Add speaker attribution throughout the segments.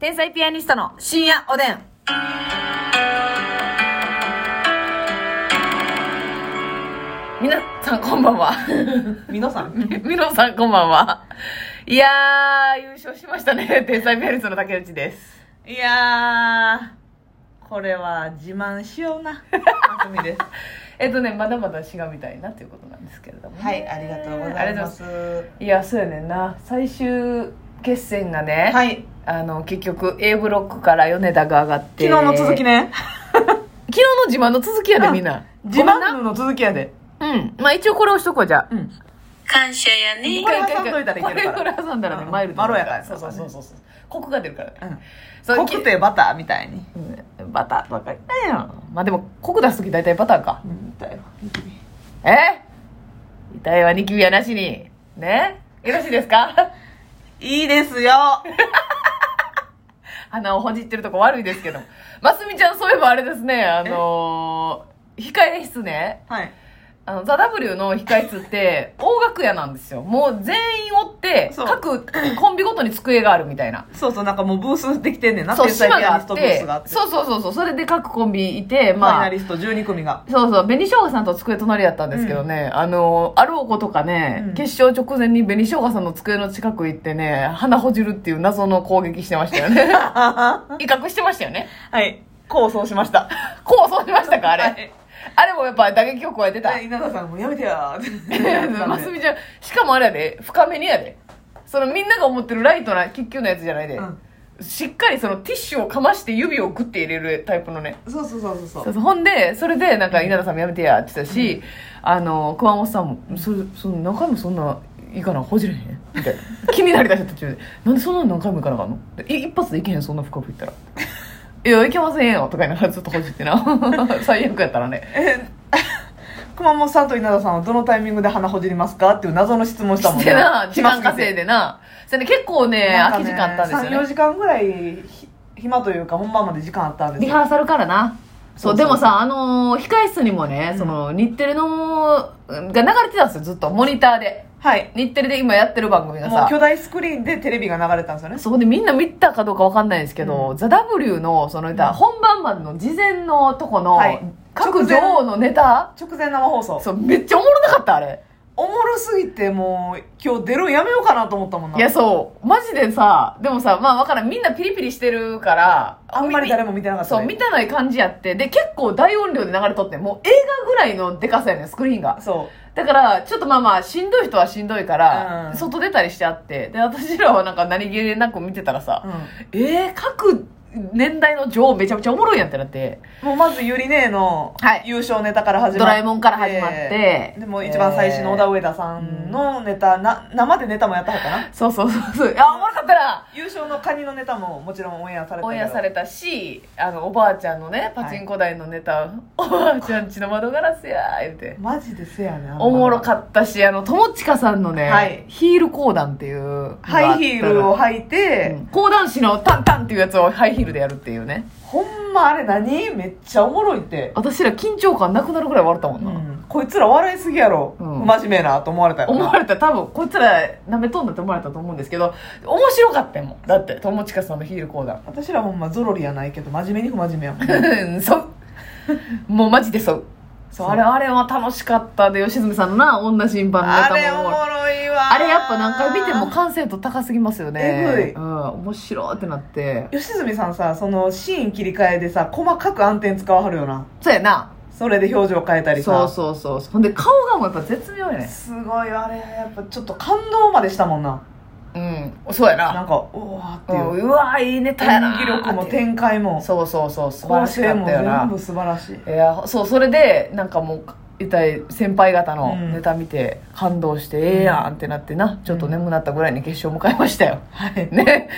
Speaker 1: 天才ピアニストの深夜おでん。皆さんこんばんは。
Speaker 2: 皆さん。
Speaker 1: みのさんこんばんは。いやー、優勝しましたね。 天才ピアニストの竹内です。
Speaker 2: いやー、これは自慢しような。あすみです。
Speaker 1: えっとね、まだまだしがみたいなということなんですけれども ね、
Speaker 2: はい、ありがとうございます。
Speaker 1: いや、そうやねんな。最終決戦がね、
Speaker 2: はい、
Speaker 1: あの、結局 A ブロックから米田が上がって。
Speaker 2: 昨日の続き。ね。
Speaker 1: 昨日の自慢の続きやで、
Speaker 2: うん
Speaker 1: みんな。
Speaker 2: 自慢の続きやで。
Speaker 1: うん。まあ一応これ押しとこうじゃあ。
Speaker 2: うん。
Speaker 3: 感謝やね
Speaker 2: これ挟んどいたらい
Speaker 1: こ
Speaker 2: ける
Speaker 1: れ
Speaker 2: か
Speaker 1: こ
Speaker 2: ら
Speaker 1: れ挟んだらね、
Speaker 2: うん
Speaker 1: マイルド
Speaker 2: まろやかやか
Speaker 1: そう
Speaker 2: らね
Speaker 1: そうそうそう。コクが出るからね。
Speaker 2: う
Speaker 1: そ
Speaker 2: ん。濃くてバターみたいに。
Speaker 1: うんバターとか言ったやん。まあでも、コク出すとき大体バターか。え遺体はニキビはなしに。ねよろしいですか
Speaker 2: いいですよ。
Speaker 1: 鼻をほじってるとこ悪いですけども。ますみちゃん、そういえばあれですね、あのー、控え室ね。
Speaker 2: はい。
Speaker 1: あの、ザ・ W の控え室って、大楽屋なんですよ。もう全員おって、
Speaker 2: そう
Speaker 1: 各コンビごとに机があるみたいな。
Speaker 2: そうそう、なんかもうブースできてんねんな。
Speaker 1: そう、
Speaker 2: 天才
Speaker 1: 島
Speaker 2: ピア
Speaker 1: があ
Speaker 2: ニス
Speaker 1: っ
Speaker 2: トブー
Speaker 1: て
Speaker 2: スがあっ、て。
Speaker 1: そうそうそうそう、それで各コンビいて、
Speaker 2: ファイ
Speaker 1: ま
Speaker 2: ナ
Speaker 1: あ、
Speaker 2: リスト12組が。
Speaker 1: そうそう、紅生姜さんと机隣やったんですけどね、あの、あろうことかね、
Speaker 2: うん
Speaker 1: 決勝直前に紅生姜さんの机の近く行ってね、鼻ほじるっていう謎の攻撃してましたよね。 威嚇してましたよね。
Speaker 2: はい。構想しました。
Speaker 1: 構想しましたか、あれ。
Speaker 2: はい
Speaker 1: あれもやっぱ打撃を超えてた。
Speaker 2: で 稲田さんもやめてやーって やってたんで
Speaker 1: ますみちゃん、しかもあれやで、深めにやで。そのみんなが思ってるライトな、キュッキュのやつじゃないで。
Speaker 2: うん
Speaker 1: しっかりそのティッシュをかまして指をグッて入れるタイプのね。
Speaker 2: そうそうそうそうそう
Speaker 1: そう。そうほんで、それで、なんか、稲田さんもやめてやって言ってたし、あの、熊本さんも、そその何回もそんな、いかな、ほじれへんみたいな。気になりだした途中で、なんでそんな何回もいかなあかんのい一発でいけへん、そんな深くい ったら。いや、いけませんよ、とか言いながらずっとほじってな。 最悪やったらね。
Speaker 2: え熊本さんと稲田さんはどのタイミングで鼻ほじりますかっていう謎の質問したもん
Speaker 1: してな、 時間稼いでな。それね、結構ね、
Speaker 2: なんか
Speaker 1: 空き時間あったんですよ
Speaker 2: 34
Speaker 1: ね。
Speaker 2: 時間ぐらいひ暇というか本番まで時間あったんです
Speaker 1: リ
Speaker 2: よ
Speaker 1: ハーサルからな。そ
Speaker 2: そうそう
Speaker 1: うでもさ、あのー控え室にもね、その、日テレの、うんが流れてたんですよ、ずっと、モニターで。
Speaker 2: はい
Speaker 1: 日テレで今やってる番組が
Speaker 2: もう
Speaker 1: さ、
Speaker 2: 巨大スクリーンでテレビが流れたんですよね
Speaker 1: そこでみんな見たかどうかわかんないですけど、
Speaker 2: う
Speaker 1: ザ・ W の、そのネタ、
Speaker 2: うん
Speaker 1: 本番までの事前のとこの、
Speaker 2: はい
Speaker 1: 各女王のネタ、
Speaker 2: 直前生放送
Speaker 1: そう、めっちゃおもろなかった、あれ。
Speaker 2: おもろすぎてもう今日出るんやめようかなと思ったもんない
Speaker 1: や、そう、マジでさ、でもさ、まあわからん、みんなピリピリしてるから、
Speaker 2: あんまり誰も見てなかった、ね、
Speaker 1: そう、見たない感じやって。で、結構大音量で流れとって、もう映画ぐらいのデカさやねん、スクリーンが。
Speaker 2: そ
Speaker 1: だから、ちょっとまあまあ、しんどい人はしんどいから、
Speaker 2: うん
Speaker 1: 外出たりしてあって。で、私らはなんか何気なく見てたら
Speaker 2: う、う
Speaker 1: さ、
Speaker 2: ん、
Speaker 1: えー、各年代の女王めちゃめちゃおもろいやんってなって、
Speaker 2: もうまずゆり姉の
Speaker 1: はい
Speaker 2: 優勝ネタから始まって、
Speaker 1: ドラえもんから始まって
Speaker 2: でも一番最新の小田上田さんのネタ、な生でネタもやったはったな
Speaker 1: そうそうそうそう、あ、おもろかったな
Speaker 2: 優勝のカニのネタももちろんオンエアされたけど
Speaker 1: オンエアされたし、あの、おばあちゃんのね、パチンコ台のネタ、おばあちゃんちの窓ガラスやー、言うて。
Speaker 2: マジでせやね
Speaker 1: おもろ
Speaker 2: っ
Speaker 1: かったし、あの、友近さんのね、
Speaker 2: はい
Speaker 1: ヒール講談っていう。
Speaker 2: たハイヒールを履いうて、
Speaker 1: ん。講談師のタンタンっていうやつをハイヒールでやるっていうね。
Speaker 2: ほんまあれ何めっちゃおもろいって、
Speaker 1: 私ら緊張感なくなるぐらい笑ったもん
Speaker 2: う
Speaker 1: な。
Speaker 2: んこいつら笑いすぎやろ、
Speaker 1: うん
Speaker 2: 不真面目なと思われたよな
Speaker 1: 思われた、多分、こいつら舐めとんだって思われたと思うんですけど、面白かったよもん。だって、友近さんのヒール講談。
Speaker 2: 私らほんまゾロリやないけど真面目に不真面目やもん
Speaker 1: そう。もうマジでそう。そう、あれ、あれは楽しかったで、吉住さんのな、女審判のネ
Speaker 2: あ
Speaker 1: タも
Speaker 2: れおもろいわ
Speaker 1: あれやっぱ何回見ても完成度高すぎますよね。
Speaker 2: えぐい
Speaker 1: うん、面白いってなって。
Speaker 2: 吉住さんさそのシーン切り替えでさ細かく暗転使わはるよな
Speaker 1: そうやな。
Speaker 2: それで表情変えたり
Speaker 1: そ
Speaker 2: さ
Speaker 1: うそうそう。ほんで顔がもうやっぱ絶妙やね。
Speaker 2: すごいあれやっぱちょっと感動までしたもんな
Speaker 1: うん、そうや
Speaker 2: な
Speaker 1: な。
Speaker 2: んかうわーって
Speaker 1: う
Speaker 2: いう、
Speaker 1: んうわいいネタや
Speaker 2: 演
Speaker 1: な。
Speaker 2: 技力も展開も
Speaker 1: そうそうそう、素晴
Speaker 2: 構
Speaker 1: らし
Speaker 2: 成
Speaker 1: かっ
Speaker 2: も
Speaker 1: たよ
Speaker 2: 全
Speaker 1: な
Speaker 2: 部。素晴らしい
Speaker 1: いや、そう、それで、なんかもう、一体先輩方の
Speaker 2: うん
Speaker 1: ネタ見て感動して、ええやんってなってな、ちょっと眠なったぐらいに決勝迎えましたよ。
Speaker 2: はい
Speaker 1: ね。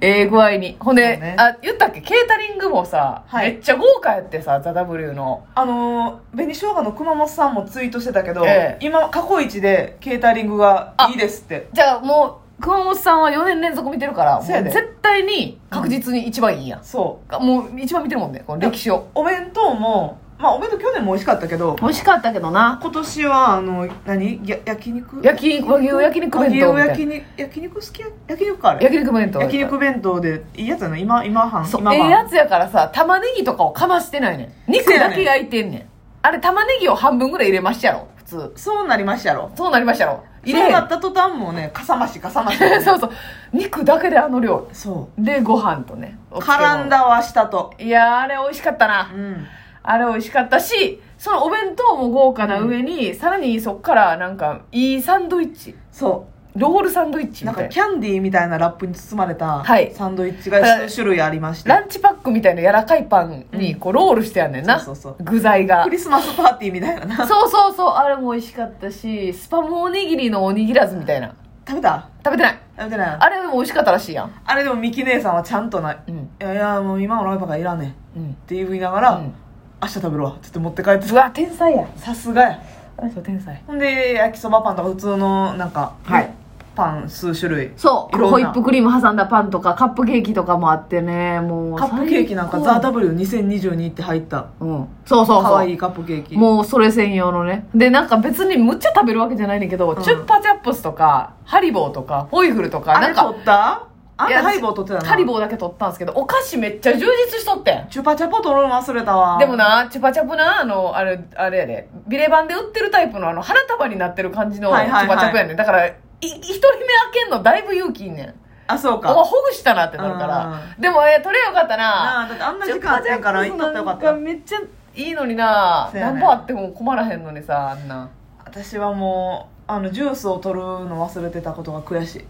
Speaker 1: ええ具合に。ほんで、
Speaker 2: そうね
Speaker 1: あ、言ったっけケータリングもさ、
Speaker 2: はい
Speaker 1: めっちゃ豪華やってさ、ザ・ W の。
Speaker 2: あのー紅生姜の熊本さんもツイートしてたけど、
Speaker 1: ええ
Speaker 2: 今過去一でケータリングがいいですって
Speaker 1: じゃあもう熊本さんは4年連続見てるからもう
Speaker 2: そうやで
Speaker 1: 絶対に確実に一番いいやん、
Speaker 2: そう
Speaker 1: もう一番見てるもんねこの歴史を
Speaker 2: お弁当もまあお弁当去年も美味しかったけど
Speaker 1: 美味しかったけどな
Speaker 2: 今年はあの何や焼肉
Speaker 1: 焼き和牛焼肉弁当みたいな
Speaker 2: 和牛焼肉焼肉好きや焼肉ある
Speaker 1: 焼肉弁当
Speaker 2: 焼肉弁当でいいやつやな今今半
Speaker 1: そう
Speaker 2: 今
Speaker 1: ええ
Speaker 2: 半
Speaker 1: やつやからさ玉ねぎとかをかましてないねん肉
Speaker 2: そうや
Speaker 1: だ
Speaker 2: ねん
Speaker 1: け焼いてんねんあれ玉ねぎを半分ぐらい入れましたやろ普通
Speaker 2: そうなりましたやろ
Speaker 1: そうなりましたやろ入れ
Speaker 2: そう
Speaker 1: へ
Speaker 2: なっ
Speaker 1: ん
Speaker 2: た途端もうねかさ増しかさ増し
Speaker 1: そうそう肉だけであの量
Speaker 2: そ
Speaker 1: でご飯とね
Speaker 2: う
Speaker 1: お漬物
Speaker 2: 絡んだわしたと
Speaker 1: いやーあれ美味しかったな、
Speaker 2: うん
Speaker 1: あれ美味しかったしそのお弁当も豪華な上に、さらにそっからなんかいいサンドイッチ
Speaker 2: そ
Speaker 1: ロールサンドイッ
Speaker 2: う
Speaker 1: チ
Speaker 2: な
Speaker 1: み
Speaker 2: ん
Speaker 1: たい
Speaker 2: か
Speaker 1: な
Speaker 2: キャンディーみたいなラップに包まれた
Speaker 1: はい
Speaker 2: サンドイッチが
Speaker 1: ただ
Speaker 2: 種類ありまして
Speaker 1: ランチパックみたいな柔らかいパンにこうロールしてやんねんな、
Speaker 2: そうそう
Speaker 1: 具材が
Speaker 2: クリスマスパーティーみたいな な
Speaker 1: そうそうそうあれも美味しかったしスパムおにぎりのおにぎらずみたいな
Speaker 2: 食べた
Speaker 1: 食べてない
Speaker 2: 食べてない
Speaker 1: あれも美味しかったらしいやん
Speaker 2: あれでもミキ姉さんはちゃんとない
Speaker 1: うん
Speaker 2: いやいやもう今のライバがいらんねんっ
Speaker 1: うん
Speaker 2: て言いながら、
Speaker 1: うん
Speaker 2: 明日食べるわっつって持って帰って
Speaker 1: うわ天才や
Speaker 2: さすがや
Speaker 1: あの人天才
Speaker 2: ほんで焼きそばパンとか普通のなんか、
Speaker 1: はい
Speaker 2: パン数種類
Speaker 1: そう
Speaker 2: いろんな
Speaker 1: ホイップクリーム挟んだパンとかカップケーキとかもあってねもう
Speaker 2: カップケーキなんか「
Speaker 1: 最
Speaker 2: ザ・
Speaker 1: 高
Speaker 2: w 2 0 2 2って入った
Speaker 1: うんそうそうそう
Speaker 2: 可愛いカップケーキ
Speaker 1: もうそれ専用のねでなんか別にむっちゃ食べるわけじゃないねんけど、
Speaker 2: ん
Speaker 1: チュッパチャップスとかハリボーとかホイフルとか
Speaker 2: あ
Speaker 1: な
Speaker 2: れ
Speaker 1: んか
Speaker 2: 取ったあん
Speaker 1: いや
Speaker 2: たハリボー取ってたな
Speaker 1: ハリボーだけ取ったんですけどお菓子めっちゃ充実しとってん
Speaker 2: チュパチャポ取るの忘れたわ
Speaker 1: でもなチュパチャプなあのあれあれやでビレバンで売ってるタイプのあの花束になってる感じのチ
Speaker 2: はいはいはい
Speaker 1: ュパチャプやねん、だからい一人目開けんのだいぶ勇気いんねん
Speaker 2: あそう
Speaker 1: お前
Speaker 2: か
Speaker 1: ほぐしたなってなるからでもえ取れよかったな
Speaker 2: なあだってあんな時間あってんから行ったってよかっ
Speaker 1: チュパチャ
Speaker 2: た
Speaker 1: プめっちゃいいのにな
Speaker 2: そうやね
Speaker 1: 何本あっても困らへんのにさあんな
Speaker 2: 私はもうあのジュースを取るの忘れてたことが悔しい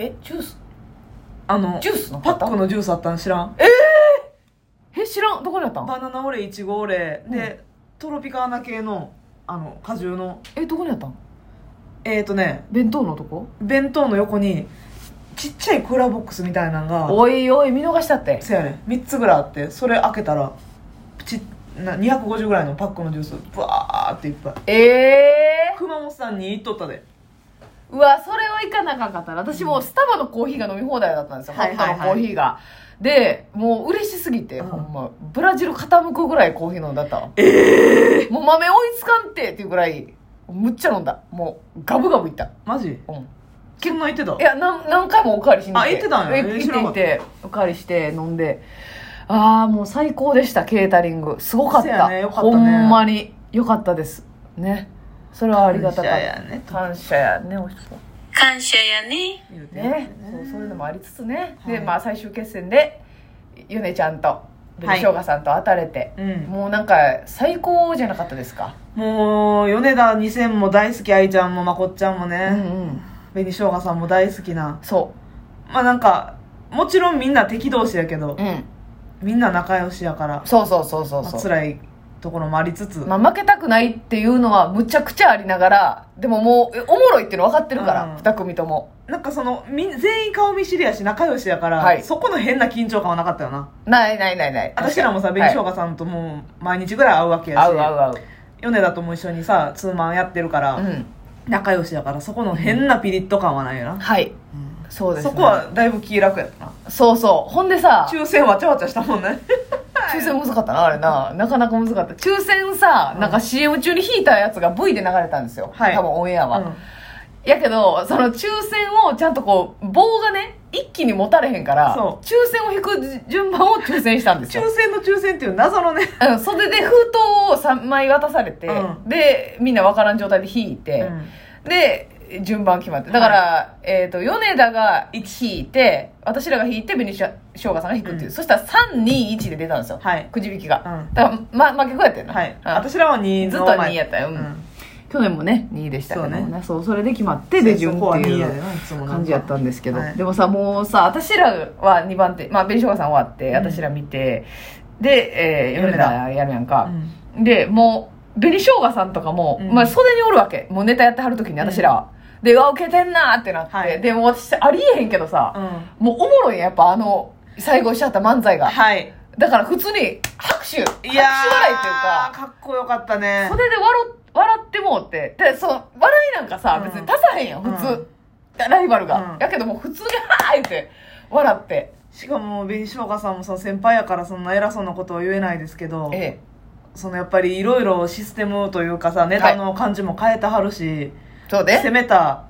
Speaker 1: えジュース
Speaker 2: あの
Speaker 1: ジュースの
Speaker 2: パ
Speaker 1: 方
Speaker 2: ックのジュースあったの知らん
Speaker 1: え知らんどこにあったん
Speaker 2: バナナオレイチゴオレで、トロピカーナ系のあの果汁の
Speaker 1: えどこにあったん
Speaker 2: えっ、ー、とね
Speaker 1: 弁当のとこ
Speaker 2: 弁当の横にちっちゃいクーラーボックスみたいなのが
Speaker 1: おいおい見逃したって
Speaker 2: せやね3つぐらいあってそれ開けたらプチな250ぐらいのパックのジュースブワーっていっぱい
Speaker 1: ええ
Speaker 2: 熊本さんに言っとったで
Speaker 1: うわそれは行かなあかんかったな私もうスタバのコーヒーが飲み放題だったんですよ、
Speaker 2: はいはいはい
Speaker 1: ホットのコーヒーがでもう嬉しすぎて、
Speaker 2: うん
Speaker 1: ほんまブラジル傾くぐらいコーヒー飲んだったわもう豆追いつかんてっていうぐらいむっちゃ飲んだもうガブガブいった
Speaker 2: マジ
Speaker 1: うん
Speaker 2: そんなん言ってた
Speaker 1: いやなん何回もおかわりしに
Speaker 2: あ行ってたんや
Speaker 1: え
Speaker 2: え
Speaker 1: 行って
Speaker 2: 知らなか
Speaker 1: 行っ
Speaker 2: った
Speaker 1: ておかわりして飲んでああもう最高でしたケータリングすごかっ
Speaker 2: そうや
Speaker 1: た,、
Speaker 2: ねよかったね
Speaker 1: ほんまによかったですねそれはありがたか
Speaker 2: 感
Speaker 1: っ
Speaker 2: 謝
Speaker 1: た
Speaker 2: やね
Speaker 1: 感謝やねおしかっ
Speaker 3: 感謝やね
Speaker 2: 言うて
Speaker 1: た
Speaker 2: や
Speaker 1: ね
Speaker 2: ね
Speaker 1: そうそういうのもありつつね、
Speaker 2: はい
Speaker 1: でまあ最終決戦でゆねちゃんと
Speaker 2: は
Speaker 1: 紅
Speaker 2: い
Speaker 1: しょうがさんと当たれて、
Speaker 2: うん
Speaker 1: もうなんか最高じゃなかったですか
Speaker 2: もう米田2000も大好き愛ちゃんもまこっちゃんも
Speaker 1: う
Speaker 2: ね、
Speaker 1: うん
Speaker 2: 紅しょうがさんも大好きな
Speaker 1: そ
Speaker 2: まあなんかもちろんみんな敵同士やけど
Speaker 1: う、うん、
Speaker 2: みんな仲良しやから、
Speaker 1: そうそうそうそう
Speaker 2: ま
Speaker 1: そ
Speaker 2: あ、
Speaker 1: う
Speaker 2: 辛いところもありつつ、
Speaker 1: まあ、負けたくないっていうのはむちゃくちゃありながらでももうえおもろいっていうの分かってるから、
Speaker 2: うん
Speaker 1: 二組とも
Speaker 2: なんかそのみん全員顔見知りやし仲良しやから、
Speaker 1: はい
Speaker 2: そこの変な緊張感はなかったよな
Speaker 1: ないないないない
Speaker 2: 私らもさ紅しょうがさんともう毎日ぐらい会うわけやし、
Speaker 1: 合う合う合う
Speaker 2: 米田とも一緒にさツーマンやってるから、
Speaker 1: うん
Speaker 2: 仲良しやからそこの変なピリッと感はないよな、
Speaker 1: はいそうです、
Speaker 2: そこはだいぶ気楽やったな
Speaker 1: そうそうほんでさ
Speaker 2: 抽選わちゃわちゃしたもんね
Speaker 1: 抽選難かったなあれななかなか難かった抽選さ、なんか CM 中に引いたやつが V で流れたんですよ、
Speaker 2: はい
Speaker 1: 多分オンエアは、
Speaker 2: うん
Speaker 1: やけどその抽選をちゃんとこう棒がね一気に持たれへんから
Speaker 2: そ
Speaker 1: 抽選を引く順番を抽選したんですよ
Speaker 2: 抽選の抽選っていう謎のね
Speaker 1: うん、それで封筒を3枚渡されて、
Speaker 2: うん
Speaker 1: でみんなわからん状態で引いて、で順番決まってだから、えっ、と米田が引いて私らが引いて紅しょうがさんが引くっていう、
Speaker 2: うん
Speaker 1: そしたら321で出たんですよ、
Speaker 2: はい
Speaker 1: くじ引きが、
Speaker 2: うん
Speaker 1: だから、ま、負け子やったよな、
Speaker 2: はい、
Speaker 1: うん
Speaker 2: 私らは2
Speaker 1: ずっと2やったよ、う
Speaker 2: うんん、
Speaker 1: 去年もね2位でしたけど
Speaker 2: そうね
Speaker 1: そうそれで決まってで順っていう感じやったんですけど、
Speaker 2: はい
Speaker 1: でもさもうさ私らは2番手まあ紅しょうがさん終わって
Speaker 2: ん
Speaker 1: 私ら見て、で、えー、米田やるやんか、
Speaker 2: うん
Speaker 1: でもう紅しょうがさんとかも、
Speaker 2: うん
Speaker 1: まあ、袖におるわけもうネタやってはる時に私らは、でうわウケてんなーってなって、
Speaker 2: はい
Speaker 1: でもう私ありえへんけどさ、
Speaker 2: うん
Speaker 1: もうおもろいんやっぱあの最後しちゃった漫才が、
Speaker 2: はい
Speaker 1: だから普通に拍手拍手笑いっていう
Speaker 2: いや
Speaker 1: か
Speaker 2: ーかっこよかったね
Speaker 1: 袖で笑笑ってもうてでその笑いなんかさ、
Speaker 2: うん
Speaker 1: 別に足さへんやん普通、
Speaker 2: うん
Speaker 1: ライバルが、
Speaker 2: うん
Speaker 1: やけどもう普通に「はーい!」って笑って
Speaker 2: しかも紅しょうがさんもその先輩やからそんな偉そうなことは言えないですけど
Speaker 1: ええ
Speaker 2: そのやっぱりいろいろシステムというかさネタの感じも変えてはるし、
Speaker 1: そうで
Speaker 2: 攻めた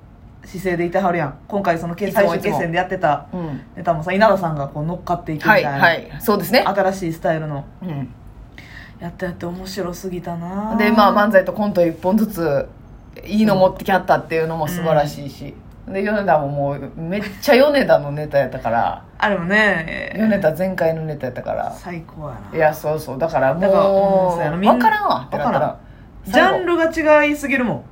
Speaker 2: 姿勢でいてはるやん今回その
Speaker 1: い
Speaker 2: 最
Speaker 1: つも
Speaker 2: 終決戦でやってた
Speaker 1: うん
Speaker 2: ネタもさ稲田さんがこう乗っかっていくみた
Speaker 1: はいい
Speaker 2: な、
Speaker 1: はいそうですね、
Speaker 2: 新しいスタイルの
Speaker 1: うん、
Speaker 2: やってやって面白すぎたな
Speaker 1: でまあ漫才とコント一本ずついいの持ってきはったっていうのも素晴らしいし、で米田ももうめっちゃ米田のネタやったから
Speaker 2: あれもね
Speaker 1: 米田前回のネタやったから
Speaker 2: 最高や
Speaker 1: い
Speaker 2: な
Speaker 1: やそうそうだから
Speaker 2: だからうん
Speaker 1: も
Speaker 2: そう
Speaker 1: う
Speaker 2: やなみんな
Speaker 1: 分からんわってなったら
Speaker 2: ジャンルが違いすぎるもん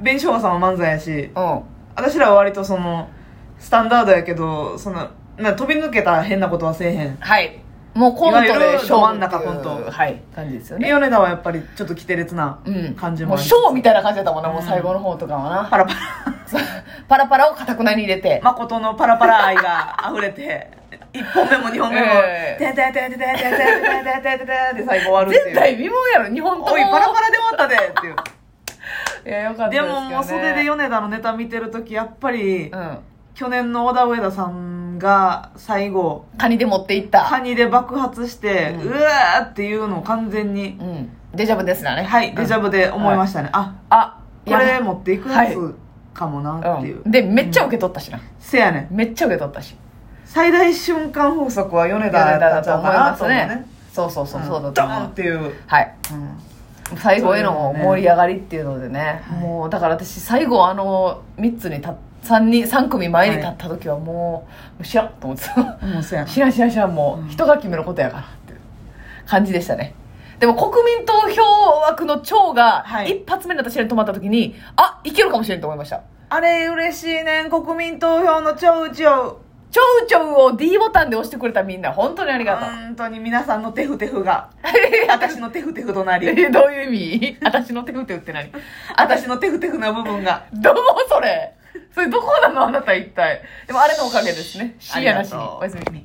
Speaker 2: 弁償さんは漫才やし
Speaker 1: うんうん
Speaker 2: 私らは割とそのスタンダードやけどそのな飛び抜けた変なことはせえへん
Speaker 1: はいもうコントで
Speaker 2: いわゆる
Speaker 1: 勝負っていう
Speaker 2: ど真ん中コント
Speaker 1: はい感じですよね
Speaker 2: 米田はやっぱりちょっと奇烈な
Speaker 1: うん
Speaker 2: 感じも
Speaker 1: も
Speaker 2: あ
Speaker 1: う
Speaker 2: る
Speaker 1: ショーみたいな感じだったもんな、もううん最後の方とかはな
Speaker 2: パラパラ
Speaker 1: そうパラパラをかたくなに入れて
Speaker 2: 誠のパラパラ愛が溢れて1本目も2本目も
Speaker 1: え
Speaker 2: 「
Speaker 1: え
Speaker 2: てんてんてんてんてんてんてんてんてんてんてん」で最後終わるってい
Speaker 1: 絶
Speaker 2: う
Speaker 1: 対微妙やろ日本とも
Speaker 2: おいパラパラで終わったでっていう
Speaker 1: いやよかった
Speaker 2: で
Speaker 1: ですけど、ね、
Speaker 2: ももう袖で米田のネタ見てる時やっぱり
Speaker 1: う
Speaker 2: 去年の小田上田さんが最後
Speaker 1: んカニで持っていった
Speaker 2: カニで爆発して、
Speaker 1: う
Speaker 2: うんわーっていうのを完全に、
Speaker 1: うんデジャブですなね
Speaker 2: はいデジャ
Speaker 1: ブ
Speaker 2: ブで思いましたね、あ
Speaker 1: あ
Speaker 2: これ
Speaker 1: も
Speaker 2: 持っていくやつかもなっていう、
Speaker 1: うん、でめっちゃ受け取ったしな、
Speaker 2: せやねん
Speaker 1: めっちゃ受け取ったし
Speaker 2: 最大瞬間風速は米田やったんちゃうかなと思うね
Speaker 1: そうそうそうそうだ
Speaker 2: ん
Speaker 1: と
Speaker 2: ド
Speaker 1: 思う
Speaker 2: ーンっていう、
Speaker 1: はい最後への盛り上がりっていうのでね
Speaker 2: そうよね
Speaker 1: もうだから私最後あの3つに立っ3人三組前に立った時はもう知らんと思ってた
Speaker 2: うんもうせやな
Speaker 1: 知らん知らん知らんも
Speaker 2: う
Speaker 1: うん人が決めることやからっていう感じでしたねでも国民投票枠の長が
Speaker 2: はい
Speaker 1: 一発目の私らに止まった時に、あいけるかもしれんと思いました
Speaker 2: あれ嬉しいねん国民投票の超うちを
Speaker 1: ちょうちょうを D ボタンで押してくれたみんな本当にありがとう
Speaker 2: 本当に皆さんのテフテフが私のテフテフとなり
Speaker 1: え どういう意味私の手振ってって何
Speaker 2: 私のテフテフな部分が
Speaker 1: どうもそれそれどこなのあなた一体でもあれのおかげですね深夜なしにおやすみ
Speaker 2: み